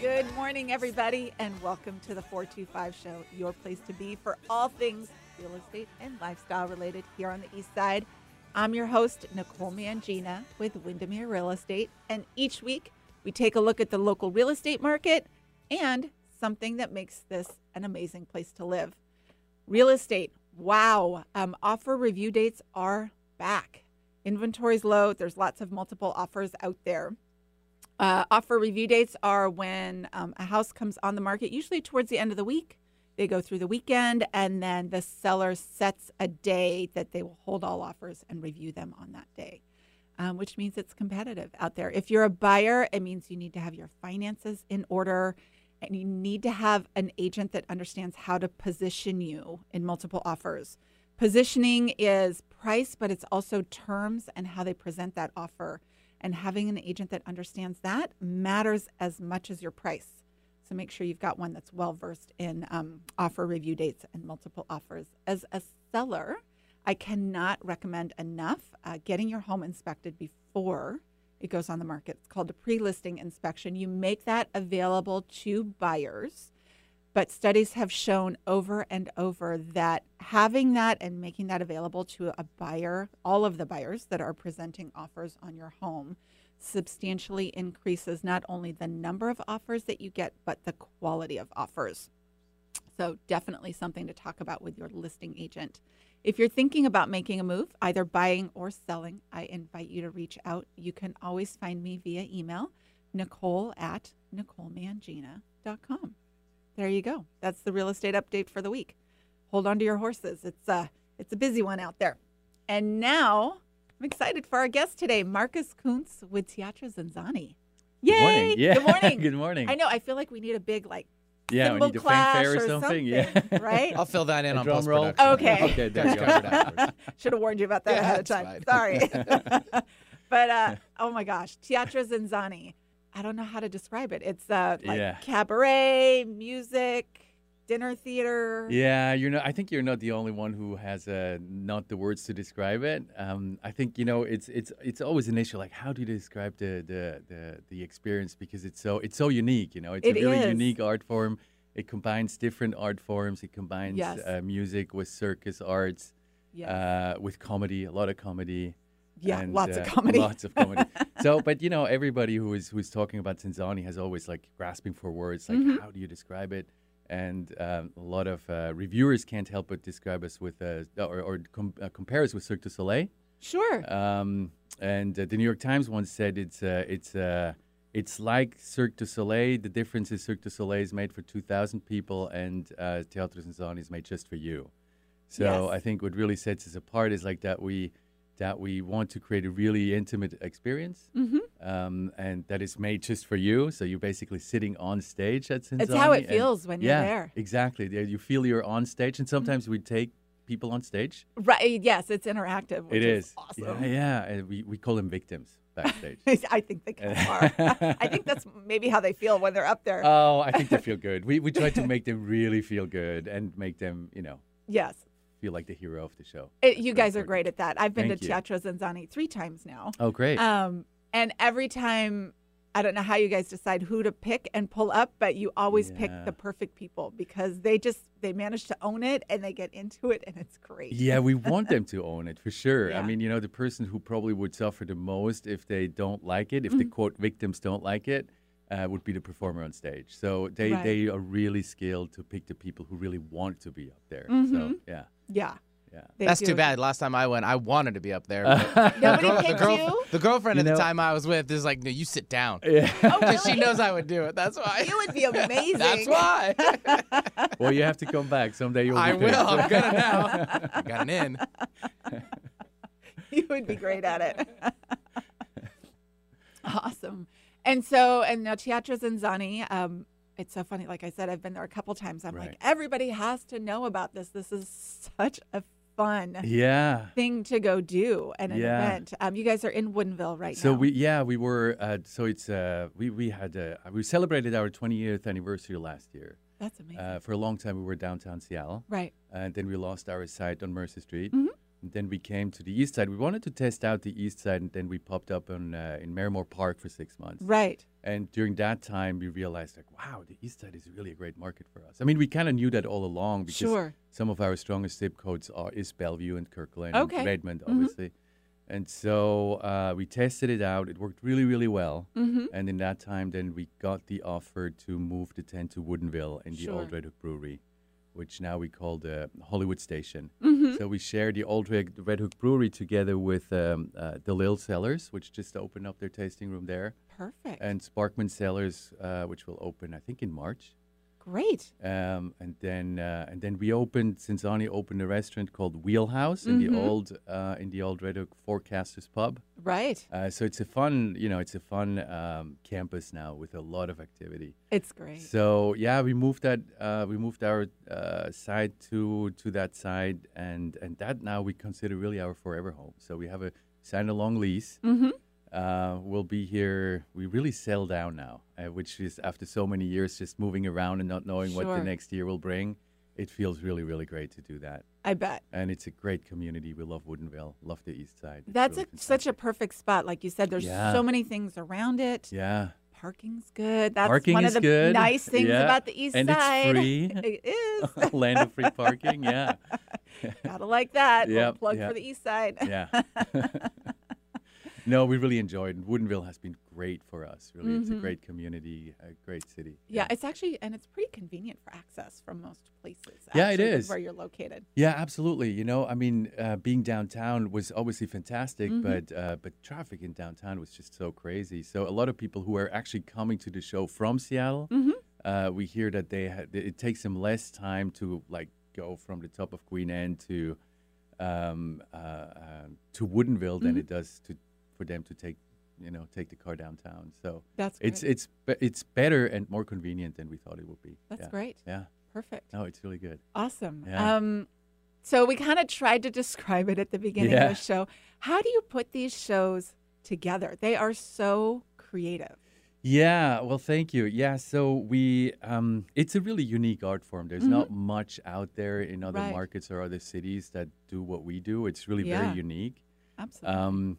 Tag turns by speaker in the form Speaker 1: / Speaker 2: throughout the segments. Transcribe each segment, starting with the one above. Speaker 1: Good morning, everybody, and welcome to the 425 Show, your place to be for all things real estate and lifestyle related here on the East Side. I'm your host, Nicole Mangina with Windermere Real Estate, and each week we take a look at the local real estate market and something that makes this an amazing place to live. Real estate, wow, um, offer review dates are back. Inventory's low, there's lots of multiple offers out there. Uh, offer review dates are when um, a house comes on the market, usually towards the end of the week. They go through the weekend, and then the seller sets a day that they will hold all offers and review them on that day, um, which means it's competitive out there. If you're a buyer, it means you need to have your finances in order and you need to have an agent that understands how to position you in multiple offers. Positioning is price, but it's also terms and how they present that offer. And having an agent that understands that matters as much as your price. So make sure you've got one that's well versed in um, offer review dates and multiple offers. As a seller, I cannot recommend enough uh, getting your home inspected before it goes on the market. It's called a pre listing inspection. You make that available to buyers. But studies have shown over and over that having that and making that available to a buyer, all of the buyers that are presenting offers on your home, substantially increases not only the number of offers that you get, but the quality of offers. So, definitely something to talk about with your listing agent. If you're thinking about making a move, either buying or selling, I invite you to reach out. You can always find me via email, nicole at nicolemangina.com. There you go. That's the real estate update for the week. Hold on to your horses. It's a, it's a busy one out there. And now I'm excited for our guest today, Marcus Kuntz with Teatro Zanzani. Yay!
Speaker 2: Good morning. Yeah.
Speaker 1: Good morning.
Speaker 2: Good morning.
Speaker 1: I know. I feel like we need a big, like,
Speaker 2: yeah, we
Speaker 1: cymbal
Speaker 2: need a
Speaker 1: clash
Speaker 2: fanfare
Speaker 1: or
Speaker 2: or something.
Speaker 1: something,
Speaker 2: Yeah.
Speaker 1: right?
Speaker 3: I'll fill that in
Speaker 2: A
Speaker 3: on
Speaker 2: drum roll?
Speaker 3: post-production.
Speaker 1: Okay.
Speaker 2: Okay, there
Speaker 3: Just
Speaker 2: you
Speaker 3: cover it
Speaker 2: go.
Speaker 3: afterwards.
Speaker 1: Should have warned you about that
Speaker 3: Yeah,
Speaker 1: ahead of time.
Speaker 3: that's
Speaker 1: Sorry. but uh, oh my gosh, Teatro Zanzani. I don't know how to describe it. It's uh, like
Speaker 2: Yeah.
Speaker 1: cabaret, music, dinner theater.
Speaker 2: Yeah, you're not. I think you're not the only one who has uh, not the words to describe it. Um, I think you know it's it's it's always an issue. Like, how do you describe the the the, the experience because it's so it's so unique. You know, it's
Speaker 1: It
Speaker 2: a really
Speaker 1: is.
Speaker 2: unique art form. It combines different art forms. It combines
Speaker 1: Yes.
Speaker 2: uh, music with circus arts,
Speaker 1: Yes.
Speaker 2: uh, with comedy, a lot of comedy.
Speaker 1: yeah,
Speaker 2: and,
Speaker 1: lots
Speaker 2: uh,
Speaker 1: of comedy.
Speaker 2: Lots of comedy. so, but you know, everybody who is who's talking about Tanzani has always like grasping for words, like
Speaker 1: Mhm.
Speaker 2: how do you describe it? And um, a lot of uh, reviewers can't help but describe us with uh, or, or com- uh, compare us with Cirque du Soleil.
Speaker 1: Sure.
Speaker 2: Um, and uh, the New York Times once said it's uh, it's uh, it's like Cirque du Soleil. The difference is Cirque du Soleil is made for two thousand people, and uh, Teatro Zanzani is made just for you. So
Speaker 1: Yes.
Speaker 2: I think what really sets us apart is like that we that we want to create a really intimate experience,
Speaker 1: Mhm.
Speaker 2: um, and that is made just for you. So you're basically sitting on stage at Zanzani.
Speaker 1: It's how it
Speaker 2: and-
Speaker 1: feels when
Speaker 2: yeah,
Speaker 1: you're there.
Speaker 2: exactly. Yeah, You feel you're on stage, and sometimes we take people on stage
Speaker 1: Right. Yes, it's interactive. Which
Speaker 2: it is.
Speaker 1: awesome.
Speaker 2: Yeah, yeah. And we, we call them victims backstage.
Speaker 1: I think they kind of are. I think that's maybe how they feel when they're up there.
Speaker 2: oh, I think they feel good. We, we try to make them really feel good and make them, you know,
Speaker 1: yes.
Speaker 2: feel like the hero of the show.
Speaker 1: It-
Speaker 2: That's
Speaker 1: you
Speaker 2: very
Speaker 1: guys are
Speaker 2: important.
Speaker 1: great at that. I've been
Speaker 2: Thank
Speaker 1: to
Speaker 2: you.
Speaker 1: Teatro Zanzani three times now.
Speaker 2: Oh, great.
Speaker 1: Um, and every time, I don't know how you guys decide who to pick and pull up, but you always pick
Speaker 2: Yeah.
Speaker 1: the perfect people because they just they manage to own it and they get into it and it's great.
Speaker 2: yeah, we want them to own it for sure.
Speaker 1: Yeah.
Speaker 2: I mean, you know, the person who probably would suffer the most if they don't like it, if
Speaker 1: Mm-hmm.
Speaker 2: the quote victims don't like it, uh, would be the performer on stage. So they,
Speaker 1: Right.
Speaker 2: they are really skilled to pick the people who really want to be up there. So,
Speaker 1: Mhm.
Speaker 2: yeah,
Speaker 1: yeah.
Speaker 2: yeah.
Speaker 1: they
Speaker 3: That's
Speaker 1: do
Speaker 3: too
Speaker 1: it.
Speaker 3: bad. Last time I went, I wanted to be up there. but
Speaker 1: Nobody
Speaker 3: the,
Speaker 1: picked you?
Speaker 3: the girlfriend
Speaker 2: Uh, You
Speaker 3: at the
Speaker 2: know-
Speaker 3: time I was with is like, no, you sit down.
Speaker 2: yeah.
Speaker 1: Oh,
Speaker 3: 'Cause
Speaker 1: really?
Speaker 3: She knows I would do it. That's why.
Speaker 1: You would be amazing.
Speaker 3: That's why.
Speaker 2: well, you have to come back someday. You'll be
Speaker 3: I will.
Speaker 2: picked.
Speaker 3: I'm gonna now. I got an in.
Speaker 1: you would be great at it. awesome. And so, and now Teatro Zanzani, um, it's so funny. Like I said, I've been there a couple times. I'm
Speaker 2: Right.
Speaker 1: like, everybody has to know about this. This is such a fun
Speaker 2: Yeah.
Speaker 1: thing to go do at an
Speaker 2: Yeah.
Speaker 1: event. Um, you guys are in Woodinville right
Speaker 2: so
Speaker 1: now.
Speaker 2: we yeah we were uh, so it's uh, we we had uh, we celebrated our 20th anniversary last year.
Speaker 1: that's amazing.
Speaker 2: Uh, for a long time we were downtown Seattle,
Speaker 1: right.
Speaker 2: and then we lost our site on Mercer Street,
Speaker 1: Mhm.
Speaker 2: And then we came to the east side. We wanted to test out the east side, and then we popped up on, uh, in Merrimore Park for six months.
Speaker 1: Right.
Speaker 2: And during that time, we realized, like, wow, the east side is really a great market for us. I mean, we kind of knew that all along because
Speaker 1: Sure.
Speaker 2: some of our strongest zip codes are is Bellevue and Kirkland
Speaker 1: Okay.
Speaker 2: and Redmond,
Speaker 1: Mhm.
Speaker 2: obviously. And so uh, we tested it out. It worked really, really well.
Speaker 1: Mm-hmm.
Speaker 2: And in that time, then we got the offer to move the tent to Woodinville in the old
Speaker 1: Sure.
Speaker 2: Red Hook Brewery, which now we call the Hollywood Station.
Speaker 1: Mm-hmm.
Speaker 2: So we share the old Red, Red Hook Brewery together with um, uh, the Lil Cellars, which just opened up their tasting room there,
Speaker 1: Perfect.
Speaker 2: and Sparkman Cellars, uh, which will open I think in March.
Speaker 1: Great.
Speaker 2: Um, and then uh, and then we opened Cinzani opened a restaurant called Wheelhouse in
Speaker 1: Mhm.
Speaker 2: the old uh, in the old Red Hook Forecasters Pub.
Speaker 1: Right.
Speaker 2: Uh, so it's a fun you know it's a fun um, campus now with a lot of activity.
Speaker 1: It's great.
Speaker 2: So yeah, we moved that uh, we moved our uh, side to to that side, and and that now we consider really our forever home. So we have a signed a long lease.
Speaker 1: mm-hmm.
Speaker 2: Uh, we'll be here. We really settle down now, uh, which is after so many years just moving around and not knowing what
Speaker 1: Sure.
Speaker 2: the next year will bring. It feels really really great to do that,
Speaker 1: I bet.
Speaker 2: and it's a great community. We love Woodinville, love the East Side. It's
Speaker 1: That's
Speaker 2: really
Speaker 1: a, such a
Speaker 2: fantastic.
Speaker 1: perfect spot. Like you said, there's
Speaker 2: Yeah.
Speaker 1: so many things around it.
Speaker 2: yeah.
Speaker 1: Parking's good. That's
Speaker 2: Parking
Speaker 1: one
Speaker 2: is
Speaker 1: of the
Speaker 2: good.
Speaker 1: nice things
Speaker 2: Yeah.
Speaker 1: about the east
Speaker 2: And it's
Speaker 1: side.
Speaker 2: free.
Speaker 1: it is.
Speaker 2: Land of free parking, yeah,
Speaker 1: Gotta like that. Little
Speaker 2: Yep,
Speaker 1: plug
Speaker 2: yep.
Speaker 1: for the east side.
Speaker 2: yeah. no, we really enjoyed. it. Woodinville has been great for us. Really, it's a
Speaker 1: Mhm.
Speaker 2: great community, a great city.
Speaker 1: Yeah, it's actually and it's pretty convenient for access from most places.
Speaker 2: Yeah, it
Speaker 1: actually, with
Speaker 2: is.
Speaker 1: where you're located.
Speaker 2: Yeah, absolutely. You know, I mean, uh, being downtown was obviously fantastic,
Speaker 1: Mhm.
Speaker 2: but uh, but traffic in downtown was just so crazy. So a lot of people who are actually coming to the show from Seattle,
Speaker 1: Mhm.
Speaker 2: uh, we hear that they ha- that it takes them less time to like go from the top of Queen Anne to um, uh, uh, to Woodinville than
Speaker 1: Mhm.
Speaker 2: it does to for them to take you know take the car downtown. So
Speaker 1: That's great.
Speaker 2: it's it's be- it's better and more convenient than we thought it would be.
Speaker 1: That's
Speaker 2: yeah.
Speaker 1: great.
Speaker 2: Yeah.
Speaker 1: Perfect.
Speaker 2: No, it's really good.
Speaker 1: Awesome.
Speaker 2: Yeah.
Speaker 1: Um, so we kind of tried to describe it at the beginning
Speaker 2: Yeah.
Speaker 1: of the show. How do you put these shows together? They are so creative.
Speaker 2: Yeah, well, thank you. Yeah, so we, um, it's a really unique art form. There's
Speaker 1: Mhm.
Speaker 2: not much out there in other
Speaker 1: Right.
Speaker 2: markets or other cities that do what we do. It's really
Speaker 1: Yeah.
Speaker 2: very unique.
Speaker 1: Absolutely.
Speaker 2: Um,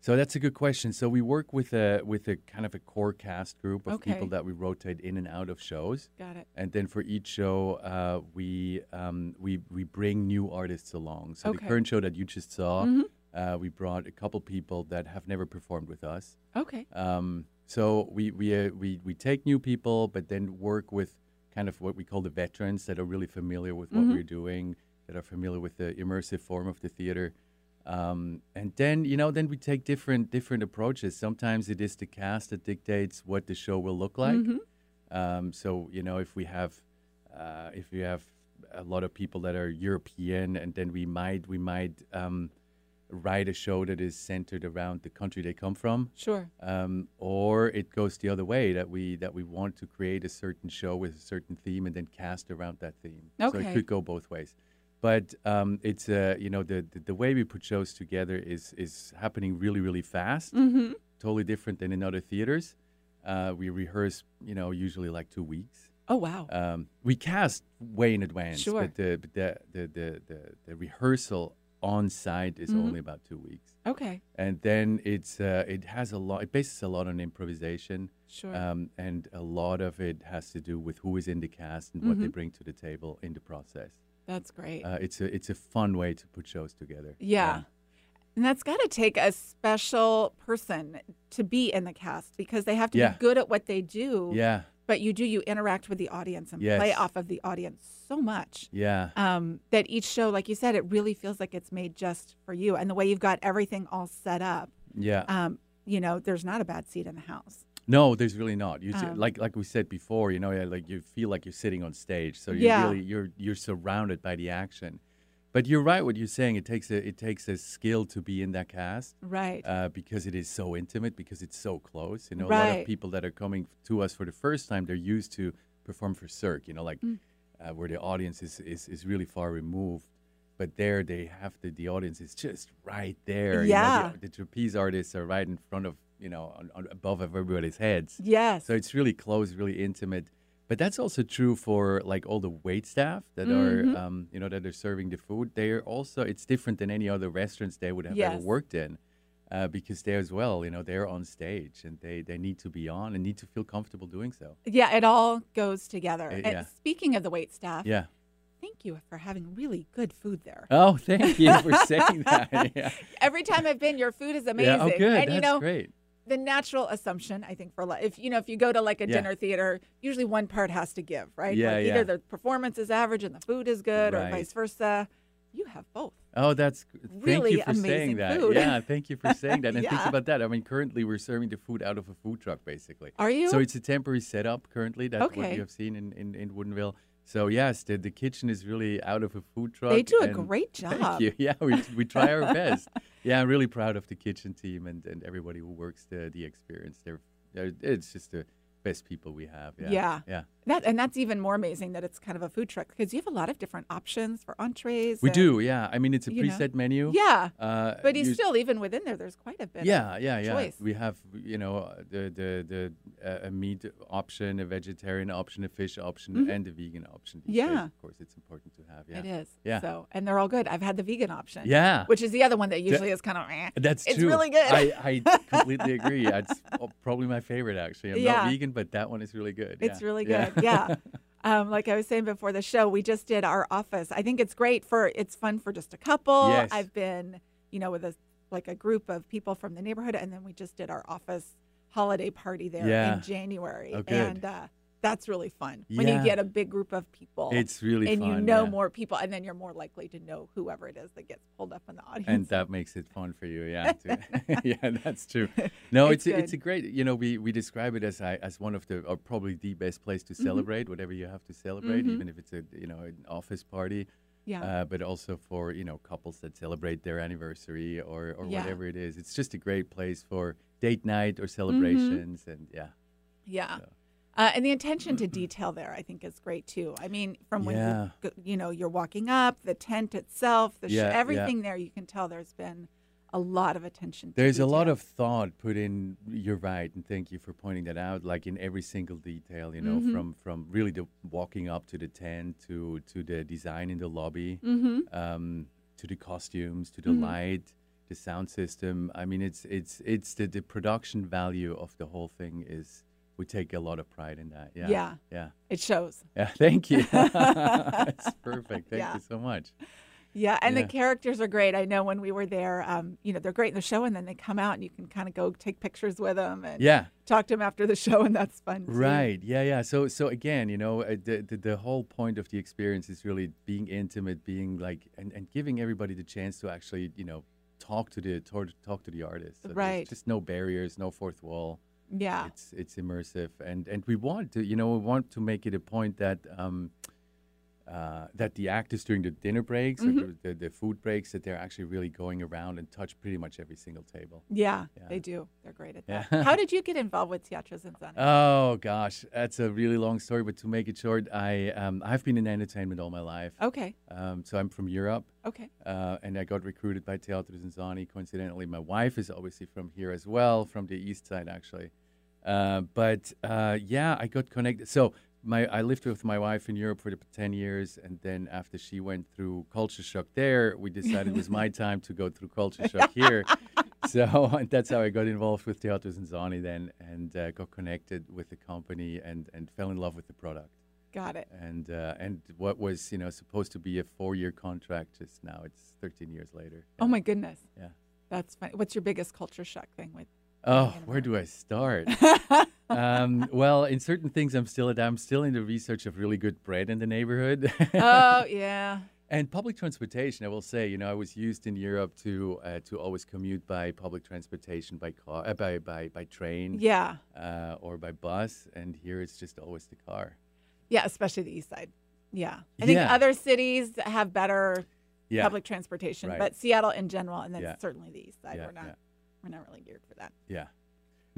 Speaker 2: so that's a good question. So we work with a with a kind of a core cast group of people
Speaker 1: Okay.
Speaker 2: that we rotate in and out of shows,
Speaker 1: Got it.
Speaker 2: and then for each show, uh, we um, we we bring new artists along. So
Speaker 1: Okay.
Speaker 2: the current show that you just saw,
Speaker 1: Mhm.
Speaker 2: uh, we brought a couple people that have never performed with us.
Speaker 1: Okay.
Speaker 2: Um, so we we, uh, we we take new people, but then work with kind of what we call the veterans that are really familiar with what
Speaker 1: Mhm.
Speaker 2: we're doing, that are familiar with the immersive form of the theater. Um, and then you know, then we take different different approaches. Sometimes it is the cast that dictates what the show will look like.
Speaker 1: Mhm.
Speaker 2: Um, so you know, if we have uh, if we have a lot of people that are European, and then we might we might um, write a show that is centered around the country they come from
Speaker 1: Sure.
Speaker 2: um, or it goes the other way that we that we want to create a certain show with a certain theme and then cast around that theme. So
Speaker 1: Okay.
Speaker 2: it could go both ways. But um, it's uh, you know the, the the way we put shows together is is happening really really fast.
Speaker 1: Mm-hmm.
Speaker 2: Totally different than in other theaters. Uh, we rehearse you know usually like two weeks.
Speaker 1: Oh wow.
Speaker 2: Um, we cast way in advance,
Speaker 1: Sure.
Speaker 2: but the but the, the the the the rehearsal on site is
Speaker 1: Mhm.
Speaker 2: only about two weeks
Speaker 1: okay.
Speaker 2: and then it's uh, it has a lot. It bases a lot on improvisation,
Speaker 1: Sure.
Speaker 2: um, and a lot of it has to do with who is in the cast and
Speaker 1: Mm-hmm.
Speaker 2: what they bring to the table in the process.
Speaker 1: That's great.
Speaker 2: Uh, it's a it's a fun way to put shows together.
Speaker 1: Yeah. And that's got to take a special person to be in the cast because they have to
Speaker 2: Yeah.
Speaker 1: be good at what they do.
Speaker 2: yeah, yeah,
Speaker 1: But you do, you interact with the audience and play
Speaker 2: Yes.
Speaker 1: off of the audience so much
Speaker 2: yeah.
Speaker 1: um, that each show, like you said, it really feels like it's made just for you. And the way you've got everything all set up,
Speaker 2: yeah.
Speaker 1: um, you know, there's not a bad seat in the house.
Speaker 2: No, there's really not. You see-
Speaker 1: Um,
Speaker 2: like like we said before, you know, yeah, like you feel like you're sitting on stage, so you
Speaker 1: Yeah.
Speaker 2: really you're you're surrounded by the action. But you're right. What you're saying, it takes a it takes a skill to be in that cast.
Speaker 1: Right.
Speaker 2: uh, because it is so intimate, because it's so close. You know, a lot
Speaker 1: Right.
Speaker 2: of people that are coming to us for the first time, they're used to perform for Cirque, you know, like
Speaker 1: Mm.
Speaker 2: uh, where the audience is, is, is really far removed. But there they have the, the audience is just right there. you know,
Speaker 1: Yeah.
Speaker 2: the, the trapeze artists are right in front of, you know, on, on, above everybody's heads.
Speaker 1: yes.
Speaker 2: So it's really close, really intimate. But that's also true for like all the wait staff that
Speaker 1: Mm-hmm.
Speaker 2: are, um, you know, that are serving the food. They are also, it's different than any other restaurants they would have ever
Speaker 1: Yes.
Speaker 2: worked in uh, because they as well, you know, they're on stage and they, they need to be on and need to feel comfortable doing so.
Speaker 1: Yeah, it all goes together.
Speaker 2: Uh,
Speaker 1: And
Speaker 2: yeah.
Speaker 1: speaking of the wait staff,
Speaker 2: Yeah.
Speaker 1: thank you for having really good food there.
Speaker 2: Oh, thank you for saying that. Yeah.
Speaker 1: Every time I've been, your food is amazing.
Speaker 2: Yeah. Oh, good.
Speaker 1: And
Speaker 2: that's
Speaker 1: you know,
Speaker 2: great.
Speaker 1: the natural assumption I think for a lot, if you know if you go to like a
Speaker 2: Yeah.
Speaker 1: dinner theater, usually one part has to give, right?
Speaker 2: Yeah,
Speaker 1: like
Speaker 2: yeah.
Speaker 1: Either the performance is average and the food is good, or
Speaker 2: Right.
Speaker 1: vice versa. You have both.
Speaker 2: Oh, that's g- thank
Speaker 1: Really
Speaker 2: you for
Speaker 1: amazing
Speaker 2: saying that.
Speaker 1: food.
Speaker 2: Yeah, thank you for saying that. And think
Speaker 1: Yeah.
Speaker 2: about that. I mean, currently we're serving the food out of a food truck, basically.
Speaker 1: Are you?
Speaker 2: So it's a temporary setup currently. That's what
Speaker 1: Okay.
Speaker 2: you have seen in, in, in Woodenville. So yes, the, the kitchen is really out of a food truck.
Speaker 1: they do a
Speaker 2: and-
Speaker 1: great job.
Speaker 2: Thank you. Yeah, we, we try our best. Yeah, I'm really proud of the kitchen team and, and everybody who works the the experience. They're, they're it's just the best people we have. Yeah.
Speaker 1: Yeah.
Speaker 2: Yeah.
Speaker 1: That and that's even more amazing that it's kind of a food truck because you have a lot of different options for entrees.
Speaker 2: We
Speaker 1: and-
Speaker 2: do. Yeah. I mean, it's a
Speaker 1: you know.
Speaker 2: preset menu.
Speaker 1: Yeah,
Speaker 2: Uh,
Speaker 1: but he's
Speaker 2: you-
Speaker 1: still even within there. There's quite a bit. of-
Speaker 2: yeah yeah yeah
Speaker 1: choice.
Speaker 2: we have you know uh, the the the uh, a meat option a vegetarian option a fish option and a vegan option these days,
Speaker 1: Mm-hmm. Yeah.
Speaker 2: of course it's important to have yeah
Speaker 1: It is.
Speaker 2: Yeah.
Speaker 1: So and they're all good. I've had the vegan option.
Speaker 2: Yeah.
Speaker 1: Which is the other one that usually is kind of. eh.
Speaker 2: that's
Speaker 1: It's
Speaker 2: true.
Speaker 1: really good.
Speaker 2: I, I completely agree. It's o- probably my favorite, actually. I'm
Speaker 1: Yeah.
Speaker 2: not vegan, but that one is really good.
Speaker 1: It's
Speaker 2: yeah.
Speaker 1: really
Speaker 2: Yeah.
Speaker 1: good. Yeah. Um, like I was saying before the show, we just did our office. I think it's great for it's fun for just a couple.
Speaker 2: Yes.
Speaker 1: I've been, you know, with a like a group of people from the neighborhood, and then we just did our office holiday party there
Speaker 2: Yeah.
Speaker 1: in January,
Speaker 2: Oh, good.
Speaker 1: and uh, that's really fun when you
Speaker 2: Yeah.
Speaker 1: get a big group of people.
Speaker 2: It's really
Speaker 1: and
Speaker 2: fun.
Speaker 1: you know
Speaker 2: yeah.
Speaker 1: more people, and then you're more likely to know whoever it is that gets pulled up in the audience.
Speaker 2: and that makes it fun for you yeah too. yeah that's true no
Speaker 1: It's
Speaker 2: it's a, it's a
Speaker 1: good.
Speaker 2: great you know we we describe it as I, as one of the or probably the best place
Speaker 1: Mm-hmm.
Speaker 2: to celebrate whatever you have to celebrate
Speaker 1: Mhm.
Speaker 2: even if it's a you know an office party
Speaker 1: yeah,
Speaker 2: uh, but also for you know couples that celebrate their anniversary or or
Speaker 1: Yeah. Mm-hmm.
Speaker 2: whatever it is it's just a great place for date night or celebrations and yeah
Speaker 1: Yeah.
Speaker 2: So-
Speaker 1: Uh, and the attention to detail there, I think, is great too. I mean, from when
Speaker 2: Yeah.
Speaker 1: you, go- you know you're walking up, the tent itself, the sh-
Speaker 2: Yeah, yeah.
Speaker 1: everything there, you can tell there's been a lot of attention. To
Speaker 2: There's a lot
Speaker 1: detail.
Speaker 2: of thought put in. You're right, and thank you for pointing that out. Like in every single detail, you
Speaker 1: Mm-hmm.
Speaker 2: know, from from really the walking up to the tent to to the design in the lobby,
Speaker 1: Mm-hmm.
Speaker 2: um, to the costumes, to the light, the sound system. I mean, it's it's it's the the production value of the whole thing is. We take a lot of pride in that. Yeah.
Speaker 1: Yeah.
Speaker 2: Yeah.
Speaker 1: it shows.
Speaker 2: Yeah, Thank you. That's perfect. Thank
Speaker 1: Yeah.
Speaker 2: you so much.
Speaker 1: Yeah, and
Speaker 2: Yeah.
Speaker 1: the characters are great. I know when we were there, um, you know, they're great in the show, and then they come out, and you can kind of go take pictures with them and
Speaker 2: Yeah.
Speaker 1: talk to them after the show, and that's fun. too.
Speaker 2: Right. Yeah. Yeah. So so again, you know, uh, the, the the whole point of the experience is really being intimate, being like, and, and giving everybody the chance to actually, you know, talk to the talk, talk to the artist. So there's
Speaker 1: Right. Ah.
Speaker 2: Just no barriers, no fourth wall.
Speaker 1: Yeah.
Speaker 2: It's it's immersive, and and we want to, you know, we want to make it a point that. um uh, that the actors during the dinner breaks or the, the, the food breaks that they're actually really going around and touch pretty much every single table.
Speaker 1: yeah,
Speaker 2: Yeah.
Speaker 1: they do. They're great at
Speaker 2: Yeah.
Speaker 1: that. How did you get involved with Teatro Zanzani?
Speaker 2: Oh gosh, that's a really long story. But to make it short, I um, I've been in entertainment all my life.
Speaker 1: okay,
Speaker 2: Um, so I'm from Europe,
Speaker 1: okay,
Speaker 2: uh, and I got recruited by Teatro Zanzani. Coincidentally, my wife is obviously from here as well, from the east side actually. Uh, but uh, yeah, I got connected. So my I lived with my wife in Europe for the- ten years, and then after she went through culture shock there, we decided it was my time to go through culture shock here. so that's how I got involved with Teatro Zanzani then, and uh, got connected with the company and and fell in love with the product
Speaker 1: got it.
Speaker 2: and uh, and what was you know supposed to be a four year contract just now it's 13 years later
Speaker 1: Oh my goodness.
Speaker 2: Yeah.
Speaker 1: That's funny. What's your biggest culture shock thing with?
Speaker 2: oh where do i start um, well in certain things i'm still i'm still in the research of really good bread in the neighborhood
Speaker 1: Oh yeah.
Speaker 2: and public transportation i will say you know i was used in europe to uh, to always commute by public transportation by car uh, by, by by train
Speaker 1: Yeah.
Speaker 2: uh, or by bus and here it's just always the car
Speaker 1: Yeah, especially the east side. Yeah. I think
Speaker 2: Yeah.
Speaker 1: other cities have better
Speaker 2: yeah
Speaker 1: public transportation,
Speaker 2: Right.
Speaker 1: but Seattle in general and then
Speaker 2: Yeah.
Speaker 1: certainly the east side
Speaker 2: Yeah,
Speaker 1: we're not
Speaker 2: yeah.
Speaker 1: we're not really geared for that.
Speaker 2: yeah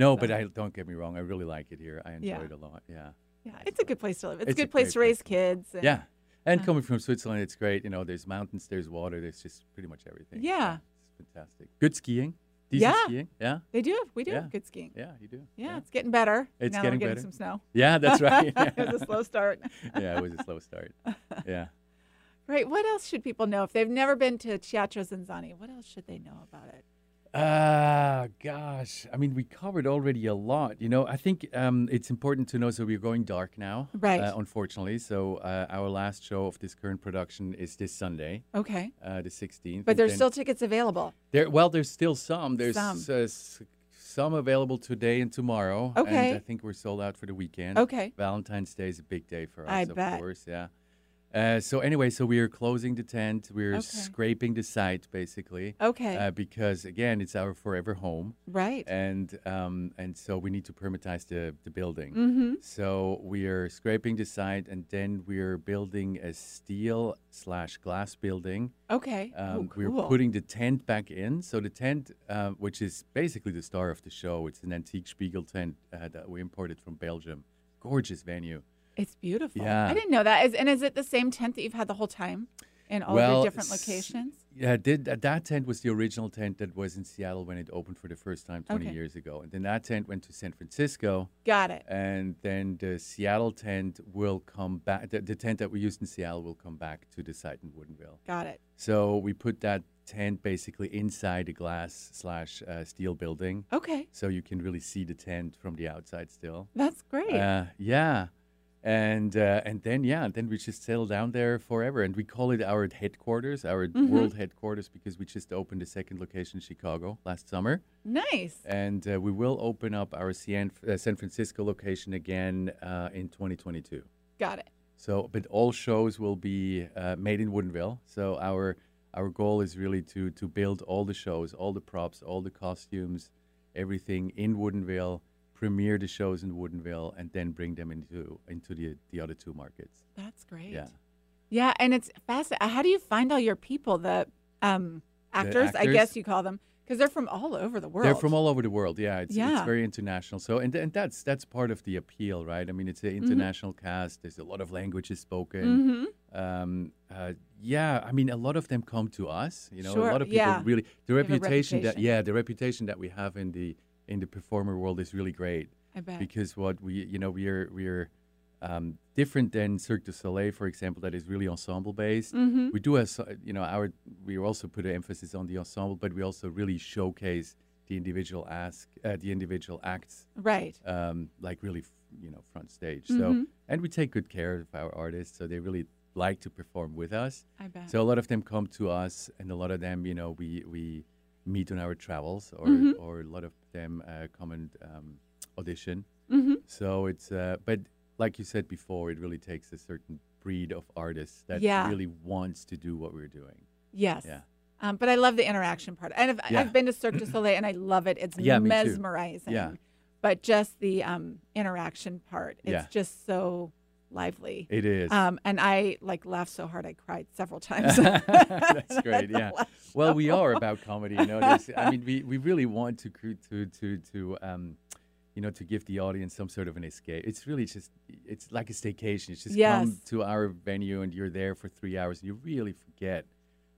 Speaker 2: no, but
Speaker 1: So-
Speaker 2: I don't get me wrong. I really like it here. I enjoy
Speaker 1: Yeah.
Speaker 2: it a lot. Yeah.
Speaker 1: Yeah, it's a good place to live. It's,
Speaker 2: It's
Speaker 1: a
Speaker 2: a
Speaker 1: good place
Speaker 2: great
Speaker 1: to raise
Speaker 2: place to live.
Speaker 1: kids. and-
Speaker 2: Yeah. And
Speaker 1: Uh,
Speaker 2: coming from Switzerland, it's great. You know, there's mountains, there's water, there's just pretty much everything.
Speaker 1: Yeah.
Speaker 2: It's fantastic. Good skiing. Decent
Speaker 1: Yeah.
Speaker 2: skiing? Yeah.
Speaker 1: They do. have- We do
Speaker 2: Yeah.
Speaker 1: have good skiing. Yeah,
Speaker 2: Yeah, you do.
Speaker 1: it's getting better.
Speaker 2: It's
Speaker 1: now
Speaker 2: getting
Speaker 1: we're getting
Speaker 2: better.
Speaker 1: some snow.
Speaker 2: Yeah, that's right.
Speaker 1: it was a slow start.
Speaker 2: yeah, it was a slow start. Yeah.
Speaker 1: Right. What else should people know if they've never been to Chiasso Zanzani? What else should they know about it?
Speaker 2: Ah, gosh. I mean, we covered already a lot. You know, I think um, it's important to know. So we're going dark now,
Speaker 1: Right.
Speaker 2: Uh, unfortunately, so uh, our last show of this current production is this Sunday,
Speaker 1: Okay.
Speaker 2: uh, the sixteenth.
Speaker 1: But there's still tickets available.
Speaker 2: there. Well, there's still some. There's
Speaker 1: Some.
Speaker 2: s- uh, s- some available today and tomorrow.
Speaker 1: Okay.
Speaker 2: And I think we're sold out for the weekend.
Speaker 1: Okay.
Speaker 2: Valentine's Day is a big day for us,
Speaker 1: I
Speaker 2: of
Speaker 1: bet.
Speaker 2: course. Yeah. Uh, so anyway, so we are closing the tent. We're
Speaker 1: Okay.
Speaker 2: scraping the site basically.
Speaker 1: Okay.
Speaker 2: Uh, because again, it's our forever home,
Speaker 1: right.
Speaker 2: and um, and so we need to permitize the the building.
Speaker 1: mm-hmm.
Speaker 2: So we are scraping the site, and then we are building a steel slash glass building.
Speaker 1: Okay.
Speaker 2: Um,
Speaker 1: oh,
Speaker 2: We're
Speaker 1: cool.
Speaker 2: putting the tent back in. So the tent, uh, which is basically the star of the show, it's an antique Spiegel tent uh, that we imported from Belgium. Gorgeous venue.
Speaker 1: It's beautiful. I
Speaker 2: Yeah.
Speaker 1: didn't know that. Is, and is it the same tent that you've had the whole time in all
Speaker 2: Well,
Speaker 1: the different
Speaker 2: s-
Speaker 1: locations?
Speaker 2: Yeah, did that, that tent was the original tent that was in Seattle when it opened for the first time 20
Speaker 1: Okay.
Speaker 2: years ago, and then that tent went to San Francisco.
Speaker 1: Got it.
Speaker 2: and then the Seattle tent will come back. The, the tent that we used in Seattle will come back to the site in Woodinville.
Speaker 1: Got it.
Speaker 2: So we put that tent basically inside a glass slash uh, steel building,
Speaker 1: Okay.
Speaker 2: so you can really see the tent from the outside still.
Speaker 1: That's great.
Speaker 2: Uh, yeah, and uh, and then yeah, then we just settle down there forever, and we call it our headquarters, our
Speaker 1: Mhm.
Speaker 2: world headquarters, because we just opened a second location in Chicago last summer.
Speaker 1: nice.
Speaker 2: And uh, we will open up our San, uh, San Francisco location again uh, in 2022.
Speaker 1: Got it.
Speaker 2: So, but all shows will be uh, made in Woodinville. So our our goal is really to to build all the shows, all the props, all the costumes, everything in Woodinville. Premiere the shows in Woodinville, and then bring them into into the the other two markets.
Speaker 1: That's great.
Speaker 2: Yeah.
Speaker 1: Yeah, and it's fascinating. How do you find all your people, the um, actors, I
Speaker 2: actors?
Speaker 1: guess you call them, because they're from all over the world.
Speaker 2: They're from all over the world. Yeah, it's,
Speaker 1: Yeah.
Speaker 2: it's very international. So and and that's that's part of the appeal, right? I mean, it's an
Speaker 1: Mm-hmm.
Speaker 2: international cast. There's a lot of languages spoken.
Speaker 1: hmm
Speaker 2: um, uh, yeah, I mean, a lot of them come to us. You know,
Speaker 1: Sure,
Speaker 2: a lot of people
Speaker 1: yeah.
Speaker 2: really the
Speaker 1: have a
Speaker 2: reputation, that
Speaker 1: reputation.
Speaker 2: yeah, the reputation that we have in the in the performer world is really great
Speaker 1: I bet.
Speaker 2: because what we you know we are we are um, different than Cirque du Soleil, for example, that is really ensemble based.
Speaker 1: hmm
Speaker 2: We do have so- you know our we also put an emphasis on the ensemble, but we also really showcase the individual ask uh, the individual acts
Speaker 1: Right.
Speaker 2: um, like really, f- you know, front stage.
Speaker 1: Mhm.
Speaker 2: So, and we take good care of our artists, so they really like to perform with us.
Speaker 1: I bet.
Speaker 2: So a lot of them come to us, and a lot of them, you know, we we meet on our travels, or
Speaker 1: Mhm.
Speaker 2: or a lot of them uh, come and um, audition.
Speaker 1: hmm
Speaker 2: So it's, uh, but like you said before, it really takes a certain breed of artists that
Speaker 1: Yeah.
Speaker 2: really wants to do what we're doing.
Speaker 1: Yes.
Speaker 2: Yeah.
Speaker 1: Um, but I love the interaction part. And I've,
Speaker 2: Yeah.
Speaker 1: I've been to Cirque du Soleil and I love it. It's
Speaker 2: Yeah, me too.
Speaker 1: mesmerizing.
Speaker 2: Yeah.
Speaker 1: But just the um, interaction part, it's
Speaker 2: Yeah.
Speaker 1: just so lively.
Speaker 2: It is.
Speaker 1: Um, and I like laughed so hard I cried several times.
Speaker 2: That's great, yeah.
Speaker 1: Last
Speaker 2: Well, we
Speaker 1: show.
Speaker 2: are about comedy. You know, There's- I mean, we, we really want to cre- to to to um, you know, to give the audience some sort of an escape. It's really just it's like a staycation. It's just come
Speaker 1: Yes.
Speaker 2: to our venue and you're there for three hours and you really forget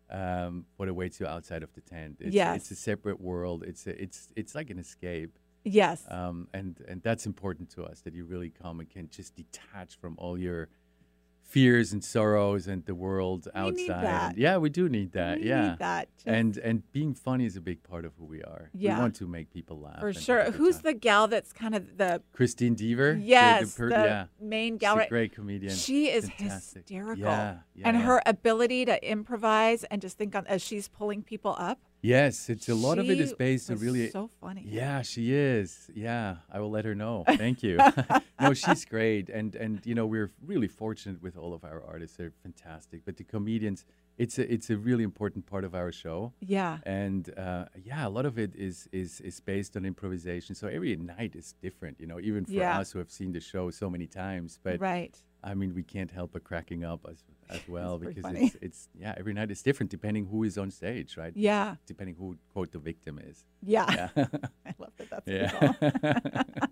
Speaker 2: um, what awaits you outside of the tent. It's,
Speaker 1: Yes.
Speaker 2: it's a separate world. It's a, it's it's like an escape,
Speaker 1: Yes.
Speaker 2: um, and and that's important to us that you really come and can just detach from all your fears and sorrows and the world
Speaker 1: We
Speaker 2: outside.
Speaker 1: need that.
Speaker 2: And yeah, we do need that.
Speaker 1: We
Speaker 2: yeah
Speaker 1: Need that. Just-
Speaker 2: and and being funny is a big part of who we are.
Speaker 1: Yeah.
Speaker 2: We want to make people laugh.
Speaker 1: for
Speaker 2: and have a
Speaker 1: sure.
Speaker 2: good
Speaker 1: Who's
Speaker 2: time.
Speaker 1: the gal that's kind of the
Speaker 2: Christine Deaver? The- the
Speaker 1: yes, the,
Speaker 2: per- yeah.
Speaker 1: main
Speaker 2: She's
Speaker 1: gal?
Speaker 2: a
Speaker 1: right?
Speaker 2: great comedian.
Speaker 1: She is
Speaker 2: Fantastic.
Speaker 1: hysterical.
Speaker 2: Yeah,
Speaker 1: and
Speaker 2: yeah.
Speaker 1: her ability to improvise and just think on as she's pulling people up.
Speaker 2: Yes, it's a lot of it is
Speaker 1: she
Speaker 2: based on
Speaker 1: was
Speaker 2: really
Speaker 1: so funny.
Speaker 2: Yeah, she is. Yeah, I will let her know. Thank you. no, she's great, and and you know we're really fortunate with all of our artists. They're fantastic, but the comedians, it's a it's a really important part of our show.
Speaker 1: Yeah.
Speaker 2: and uh, yeah, a lot of it is is is based on improvisation. So every night is different, you know, even for
Speaker 1: Yeah.
Speaker 2: us who have seen the show so many times. But
Speaker 1: right.
Speaker 2: I mean, we can't help but cracking up as as well
Speaker 1: pretty
Speaker 2: because
Speaker 1: funny.
Speaker 2: it's it's yeah, every night is different depending who is on stage, right?
Speaker 1: Yeah.
Speaker 2: Depending who quote the victim is.
Speaker 1: Yeah.
Speaker 2: Yeah.
Speaker 1: I love that. That's what it's
Speaker 2: yeah.
Speaker 1: called.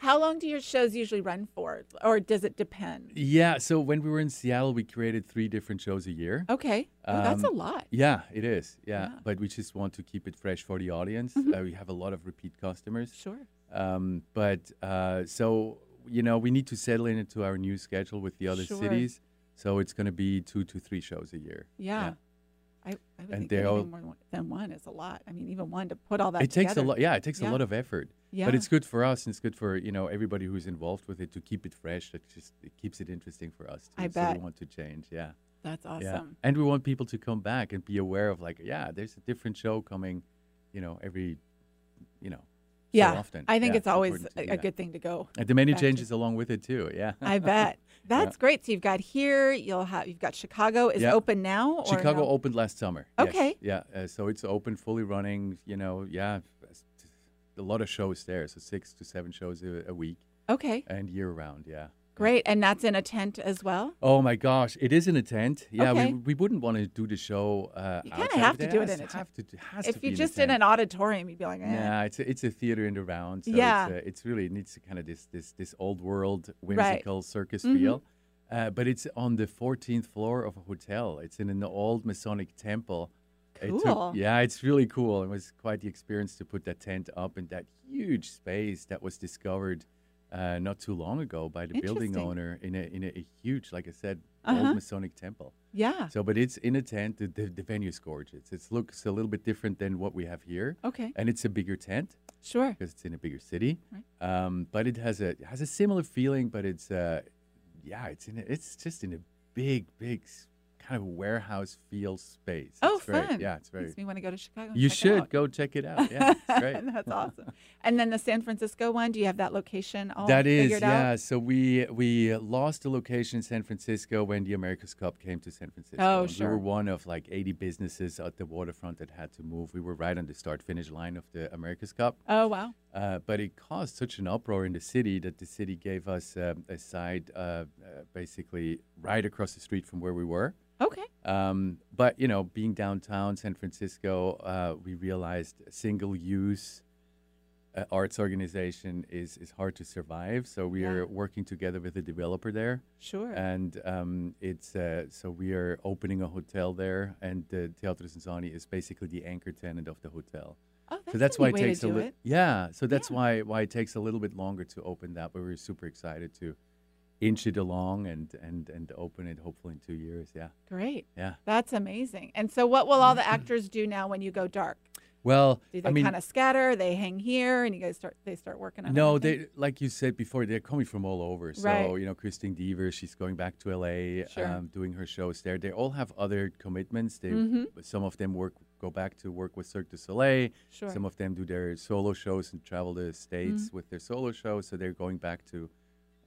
Speaker 1: How long do your shows usually run for, or does it depend?
Speaker 2: Yeah. So when we were in Seattle, we created three different shows a year.
Speaker 1: Okay, oh, that's a
Speaker 2: Um,
Speaker 1: lot.
Speaker 2: Yeah, it is. Yeah.
Speaker 1: Yeah. Mm-hmm.
Speaker 2: But we just want to keep it fresh for the audience. Uh, we have a lot of repeat customers.
Speaker 1: Sure.
Speaker 2: Um, but uh, so, you know, we need to settle in into our new schedule with the other
Speaker 1: Sure.
Speaker 2: cities. So it's going to be two to three shows a year.
Speaker 1: Yeah. I, I would
Speaker 2: And
Speaker 1: think
Speaker 2: they're all-
Speaker 1: anything more than one- than one is a lot. I mean, even one to put all that
Speaker 2: It takes a
Speaker 1: together.
Speaker 2: lot. Yeah, it takes
Speaker 1: Yeah.
Speaker 2: a lot of effort.
Speaker 1: Yeah.
Speaker 2: But it's good for us, and it's good for you know everybody who's involved with it to keep it fresh. That just it keeps it interesting for us. Too.
Speaker 1: I
Speaker 2: So
Speaker 1: bet.
Speaker 2: we want to change. Yeah.
Speaker 1: That's awesome.
Speaker 2: Yeah. And we want people to come back and be aware of like, yeah, there's a different show coming, you know, every, you know,
Speaker 1: Yeah,
Speaker 2: so often.
Speaker 1: I think
Speaker 2: Yeah,
Speaker 1: it's always
Speaker 2: important to do
Speaker 1: a, a
Speaker 2: that.
Speaker 1: good thing to go.
Speaker 2: And the menu
Speaker 1: back to-
Speaker 2: changes along with it too. Yeah.
Speaker 1: I bet that's great. So you've got here, you'll have you've got Chicago is
Speaker 2: Yeah.
Speaker 1: open now. Or
Speaker 2: Chicago
Speaker 1: no?
Speaker 2: opened last summer. yes.
Speaker 1: Okay.
Speaker 2: Yeah. Uh, so it's open, fully running. You know, yeah, s- a lot of shows there. So six to seven shows a, a week
Speaker 1: Okay,
Speaker 2: and year round. Yeah.
Speaker 1: great, and that's in a tent as well.
Speaker 2: Oh my gosh, it is in a tent. Yeah,
Speaker 1: Okay.
Speaker 2: we, we wouldn't want to do the show. Uh,
Speaker 1: You kinda
Speaker 2: outside.
Speaker 1: have to
Speaker 2: It
Speaker 1: do it
Speaker 2: has-
Speaker 1: in a
Speaker 2: have to- has to
Speaker 1: If
Speaker 2: be
Speaker 1: you just
Speaker 2: in a
Speaker 1: in
Speaker 2: tent.
Speaker 1: an auditorium, you'd be like, eh.
Speaker 2: Nah, it's a, it's a theater in the round. So
Speaker 1: Yeah.
Speaker 2: it's, uh it's really it needs to kind of this this this old world whimsical circus
Speaker 1: Mm-hmm.
Speaker 2: feel. Uh, but it's on the 14th floor of a hotel. It's in an old Masonic temple. It
Speaker 1: Cool.
Speaker 2: took, yeah, it's really cool. It was quite the experience to put that tent up in that huge space that was discovered uh, not too long ago by the building
Speaker 1: Interesting.
Speaker 2: owner in a in a, a huge, like I said,
Speaker 1: Uh-huh. Ah.
Speaker 2: old Masonic temple.
Speaker 1: yeah,
Speaker 2: So, but it's in a tent. The, the, the venue's gorgeous. It looks a little bit different than what we have here,
Speaker 1: okay,
Speaker 2: and it's a bigger tent
Speaker 1: sure,
Speaker 2: because it's in a bigger city.
Speaker 1: Right.
Speaker 2: Um, but it has a it has a similar feeling, but it's uh, yeah, it's in a, it's just in a big, big s- kind of warehouse feel space.
Speaker 1: Oh,
Speaker 2: It's great.
Speaker 1: fun.
Speaker 2: Yeah, it's very.
Speaker 1: makes me want to go to Chicago. and
Speaker 2: You
Speaker 1: check it
Speaker 2: should
Speaker 1: out.
Speaker 2: go check it out. Yeah, it's great.
Speaker 1: that's awesome. And then the San Francisco one, do you have that location all
Speaker 2: that is
Speaker 1: figured
Speaker 2: yeah.
Speaker 1: out?
Speaker 2: So we we lost the location in San Francisco when the America's Cup came to San Francisco.
Speaker 1: Oh,
Speaker 2: and We
Speaker 1: sure.
Speaker 2: were one of like 80 businesses at the waterfront that had to move. We were right on the start finish line of the America's Cup.
Speaker 1: Oh wow.
Speaker 2: Uh, but it caused such an uproar in the city that the city gave us um, a side uh, uh, basically right across the street from where we were.
Speaker 1: Okay.
Speaker 2: Um, but, you know, being downtown San Francisco, uh, we realized single use uh, arts organization is, is hard to survive. So we
Speaker 1: Yeah.
Speaker 2: are working together with a developer there.
Speaker 1: Sure.
Speaker 2: And um, it's uh, so we are opening a hotel there, and the Teatro Zanzani is basically the anchor tenant of the hotel
Speaker 1: oh, that's,
Speaker 2: so that's
Speaker 1: a
Speaker 2: why
Speaker 1: neat
Speaker 2: it
Speaker 1: way
Speaker 2: takes
Speaker 1: to
Speaker 2: a
Speaker 1: do
Speaker 2: little
Speaker 1: it.
Speaker 2: yeah so that's why why it takes a little bit longer to open that but we're super excited to inch it along and and and open it hopefully in two years yeah
Speaker 1: Great.
Speaker 2: yeah
Speaker 1: That's amazing. And so, what will all the actors do now when you go dark?
Speaker 2: well
Speaker 1: Do they
Speaker 2: i mean
Speaker 1: kind of scatter? They hang here, and you guys start. They start working on.
Speaker 2: no
Speaker 1: everything?
Speaker 2: they like you said before they're coming from all over so
Speaker 1: Right.
Speaker 2: you know christine deaver she's going back to la
Speaker 1: Sure.
Speaker 2: um, doing her shows there they all have other commitments they
Speaker 1: Mhm.
Speaker 2: some of them work go back to work with cirque du soleil
Speaker 1: Sure. Mm-hmm.
Speaker 2: Some of them do their solo shows and travel the states with their solo shows, so they're going back to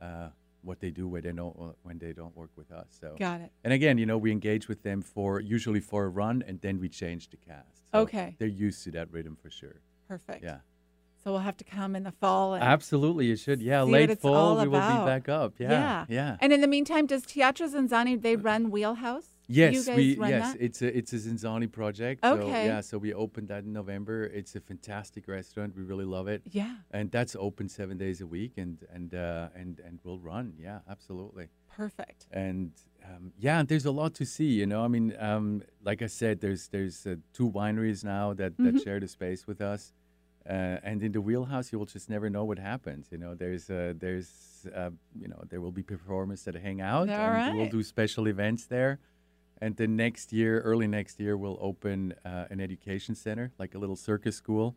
Speaker 2: uh, what they do when they don't when they don't work with us. So,
Speaker 1: Got it.
Speaker 2: and again, you know, we engage with them for usually for a run, and then we change the cast. So
Speaker 1: Okay.
Speaker 2: they're used to that rhythm for sure.
Speaker 1: Perfect.
Speaker 2: Yeah,
Speaker 1: So we'll have to come in the fall. And,
Speaker 2: absolutely. You should. Yeah,
Speaker 1: See what
Speaker 2: late
Speaker 1: it's all
Speaker 2: fall, we will
Speaker 1: about.
Speaker 2: be back up. Yeah, yeah.
Speaker 1: And in the meantime, does Teatro Zanzani they run Wheelhouse?
Speaker 2: Uh, Yes,
Speaker 1: You guys
Speaker 2: we
Speaker 1: run
Speaker 2: yes,
Speaker 1: that?
Speaker 2: it's a it's a Zinzani project. So,
Speaker 1: Okay.
Speaker 2: yeah, so we opened that in November. It's a fantastic restaurant. We really love it.
Speaker 1: Yeah.
Speaker 2: and that's open seven days a week and and uh, and and we'll run yeah absolutely
Speaker 1: Perfect.
Speaker 2: and um, yeah and there's a lot to see you know i mean um, like i said there's there's uh, two wineries now that
Speaker 1: Mm-hmm.
Speaker 2: that share the space with us uh, and in the wheelhouse you will just never know what happens you know there's uh, there's uh, you know there will be performers that hang out
Speaker 1: All
Speaker 2: and we'll
Speaker 1: right.
Speaker 2: do special events there and then next year early next year we'll open uh, an education center like a little circus school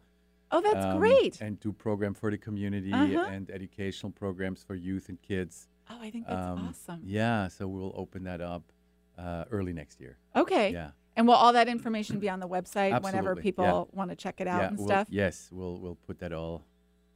Speaker 1: Oh, that's
Speaker 2: um,
Speaker 1: great.
Speaker 2: And do program for the community
Speaker 1: Uh-huh.
Speaker 2: and educational programs for youth and kids.
Speaker 1: oh, I think that's
Speaker 2: Um,
Speaker 1: awesome.
Speaker 2: Yeah, so we'll open that up uh, early next year.
Speaker 1: Okay.
Speaker 2: Yeah,
Speaker 1: And will all that information be on the website whenever
Speaker 2: Absolutely, yeah.
Speaker 1: people want to check it out
Speaker 2: yeah.
Speaker 1: and
Speaker 2: we'll-
Speaker 1: stuff?
Speaker 2: Yes, we'll we'll put that all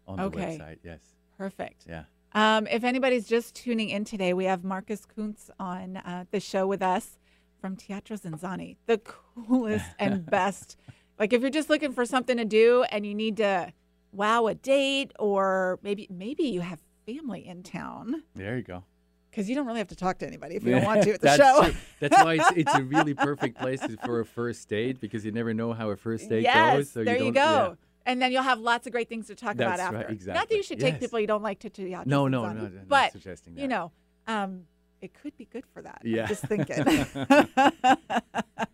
Speaker 2: on
Speaker 1: Okay.
Speaker 2: the website. Yes,
Speaker 1: Perfect.
Speaker 2: yeah.
Speaker 1: Um, if anybody's just tuning in today, we have Marcus Kuntz on uh, the show with us from Teatro Zanzani, the coolest and best. Like if you're just looking for something to do and you need to wow a date, or maybe maybe you have family in town
Speaker 2: There you go.
Speaker 1: because you don't really have to talk to anybody if you don't want to at the
Speaker 2: That's
Speaker 1: show.
Speaker 2: true. That's why it's, it's a really perfect place to- for a first date because you never know how a first date
Speaker 1: yes,
Speaker 2: goes. So
Speaker 1: there you,
Speaker 2: you, don't,
Speaker 1: go.
Speaker 2: yeah.
Speaker 1: And then you'll have lots of great things to talk about
Speaker 2: That's
Speaker 1: after.
Speaker 2: right,
Speaker 1: Not that you
Speaker 2: exactly.
Speaker 1: should take
Speaker 2: Yes.
Speaker 1: people you don't like to teatro
Speaker 2: No, no,
Speaker 1: Sanzani,
Speaker 2: no, no, not
Speaker 1: But
Speaker 2: suggesting
Speaker 1: you
Speaker 2: that.
Speaker 1: know, um, it could be good for that. I'm
Speaker 2: Yeah.
Speaker 1: just thinking.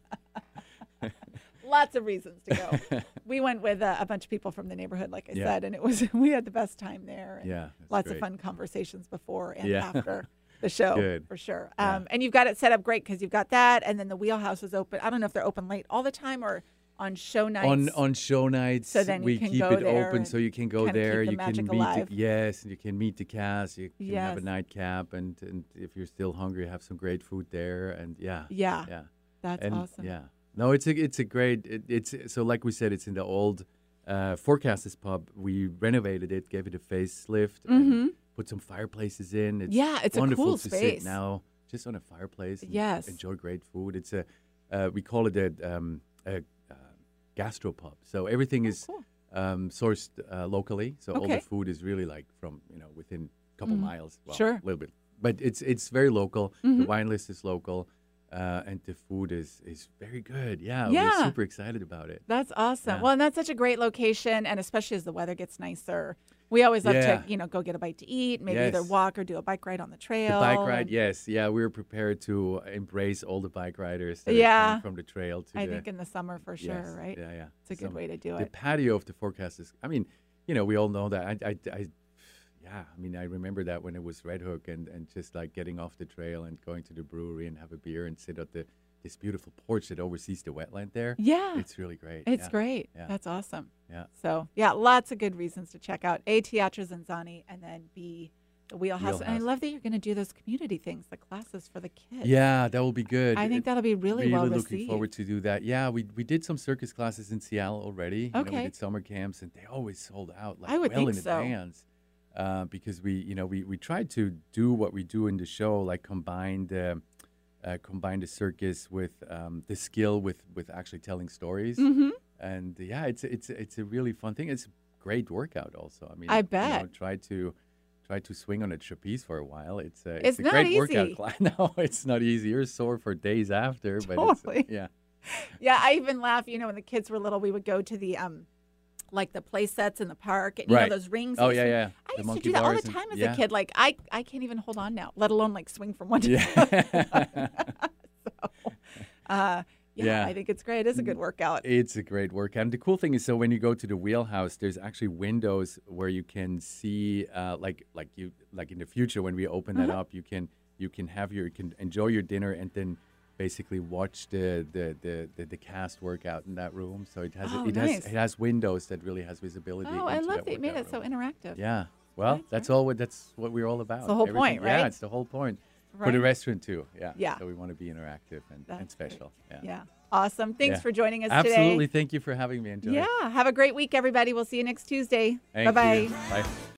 Speaker 1: Lots of reasons to go. We went with uh, a bunch of people from the neighborhood, like I
Speaker 2: Yeah.
Speaker 1: said, and it was we had the best time there. and
Speaker 2: Yeah, that's
Speaker 1: lots of
Speaker 2: great.
Speaker 1: fun conversations before and
Speaker 2: Yeah.
Speaker 1: after the show
Speaker 2: Good.
Speaker 1: for sure.
Speaker 2: Yeah.
Speaker 1: Um, and you've got it set up great because you've got that, and then the wheelhouse is open. I don't know if they're open late all the time or on show nights.
Speaker 2: on on show nights
Speaker 1: So then you
Speaker 2: we
Speaker 1: can
Speaker 2: keep
Speaker 1: go
Speaker 2: it
Speaker 1: there
Speaker 2: open
Speaker 1: and
Speaker 2: so you can go
Speaker 1: kinda keep
Speaker 2: there
Speaker 1: the
Speaker 2: you
Speaker 1: magic
Speaker 2: can meet
Speaker 1: alive.
Speaker 2: The, yes and you can meet the cast you can have a
Speaker 1: Yes.
Speaker 2: nightcap and, and if you're still hungry have some great food there and yeah
Speaker 1: yeah,
Speaker 2: yeah
Speaker 1: that's
Speaker 2: and
Speaker 1: awesome.
Speaker 2: yeah no it's a it's a great it, it's so like we said it's in the old uh forecasters pub we renovated it gave it a facelift
Speaker 1: Mm-hmm.
Speaker 2: and put some fireplaces in it's
Speaker 1: Yeah, it's a
Speaker 2: wonderful
Speaker 1: cool
Speaker 2: to
Speaker 1: space.
Speaker 2: sit now just on a fireplace and
Speaker 1: Yes.
Speaker 2: enjoy great food it's a uh, we call it a, um, a uh, gastropub so everything is
Speaker 1: Oh, cool.
Speaker 2: um, sourced uh, locally so all
Speaker 1: Okay. Mm-hmm.
Speaker 2: the food is really like from you know within a couple miles well,
Speaker 1: Sure. Mm-hmm.
Speaker 2: a little bit but it's it's very local the wine list is local uh, and the food is is very good yeah,
Speaker 1: Yeah.
Speaker 2: we're super excited about it
Speaker 1: That's awesome.
Speaker 2: Yeah.
Speaker 1: Well, and that's such a great location, and especially as the weather gets nicer, we always love
Speaker 2: Yeah.
Speaker 1: to you know go get a bite to eat, maybe either
Speaker 2: Yes.
Speaker 1: walk or do a bike ride on the
Speaker 2: the
Speaker 1: trail.
Speaker 2: bike ride
Speaker 1: and
Speaker 2: yes yeah we were prepared to embrace all the bike riders that are coming
Speaker 1: Yeah.
Speaker 2: from the trail to
Speaker 1: I
Speaker 2: the
Speaker 1: think in the summer for sure,
Speaker 2: yes,
Speaker 1: right?
Speaker 2: yeah yeah
Speaker 1: It's a good
Speaker 2: Some-
Speaker 1: way to do
Speaker 2: the
Speaker 1: it.
Speaker 2: patio of the forecast is i mean you know we all know that i i, I yeah, I mean, I remember that when it was Red Hook and, and just like getting off the trail and going to the brewery and have a beer and sit at the this beautiful porch that oversees the wetland there.
Speaker 1: Yeah, it's,
Speaker 2: It's really great. yeah.
Speaker 1: great.
Speaker 2: Yeah.
Speaker 1: That's awesome.
Speaker 2: Yeah.
Speaker 1: So yeah, lots of good reasons to check out A Teatro Zanzani and then B the Wheelhouse. And I
Speaker 2: Wheelhouse.
Speaker 1: love that you're going to do those community things, the classes for the kids.
Speaker 2: Yeah, that will be good.
Speaker 1: I think
Speaker 2: It-
Speaker 1: that'll be really, well
Speaker 2: looking
Speaker 1: received.
Speaker 2: forward to do that. Yeah, we we did some circus classes in Seattle already. You know,
Speaker 1: Okay.
Speaker 2: we did summer camps, and they always sold out like
Speaker 1: I would
Speaker 2: well
Speaker 1: think
Speaker 2: in
Speaker 1: so.
Speaker 2: advance. Uh, because we, you know, we, we tried to do what we do in the show, like combine the uh, combine the circus with um, the skill with with actually telling stories,
Speaker 1: Mhm.
Speaker 2: and yeah, it's it's it's a really fun thing. It's a great workout, also. I mean,
Speaker 1: I
Speaker 2: you know,
Speaker 1: bet.
Speaker 2: try to try to swing on a trapeze for a while. It's a,
Speaker 1: It's
Speaker 2: a
Speaker 1: not
Speaker 2: great
Speaker 1: easy.
Speaker 2: workout. class. No, it's not easy. You're sore for days after, but it's, uh,
Speaker 1: Totally.
Speaker 2: yeah,
Speaker 1: Yeah, I even laugh. You know, when the kids were little, we would go to the um, like the play sets in the park, and you
Speaker 2: Right.
Speaker 1: know those rings.
Speaker 2: Oh,
Speaker 1: you
Speaker 2: yeah,
Speaker 1: swing-
Speaker 2: yeah.
Speaker 1: I
Speaker 2: The
Speaker 1: used to
Speaker 2: monkey
Speaker 1: do that all the
Speaker 2: bars and-
Speaker 1: time as a
Speaker 2: yeah.
Speaker 1: kid. Like I, I can't even hold on now, let alone like swing from one to the other.
Speaker 2: yeah.
Speaker 1: Uh, yeah,
Speaker 2: Yeah. Mm.
Speaker 1: I think it's great. It is a good workout.
Speaker 2: it's a great workout. And the cool thing is, so when you go to the wheelhouse, there's actually windows where you can see, uh, like, like you, like in the future when we open
Speaker 1: Uh-huh.
Speaker 2: that up, you can you can have your you can enjoy your dinner and then basically watch the the the, the, the cast workout in that room. So it has
Speaker 1: Oh,
Speaker 2: it
Speaker 1: nice.
Speaker 2: has it has windows that really has visibility.
Speaker 1: Oh, I
Speaker 2: into
Speaker 1: love that
Speaker 2: that
Speaker 1: you made
Speaker 2: workout
Speaker 1: it so
Speaker 2: room.
Speaker 1: interactive.
Speaker 2: Yeah. Well,
Speaker 1: That's
Speaker 2: that's, all. What, that's what we're all about.
Speaker 1: the whole point, right?
Speaker 2: Yeah, it's the whole point for the
Speaker 1: Right.
Speaker 2: restaurant too. Yeah.
Speaker 1: Yeah.
Speaker 2: So we want to be interactive and, and
Speaker 1: That's great.
Speaker 2: special.
Speaker 1: Yeah. Awesome. Thanks
Speaker 2: Yeah.
Speaker 1: for joining us
Speaker 2: Absolutely.
Speaker 1: today.
Speaker 2: Thank you for having me. Enjoy.
Speaker 1: Yeah. Have a great week, everybody. We'll see you next Tuesday.
Speaker 2: Thank
Speaker 1: bye bye.
Speaker 2: you. Bye.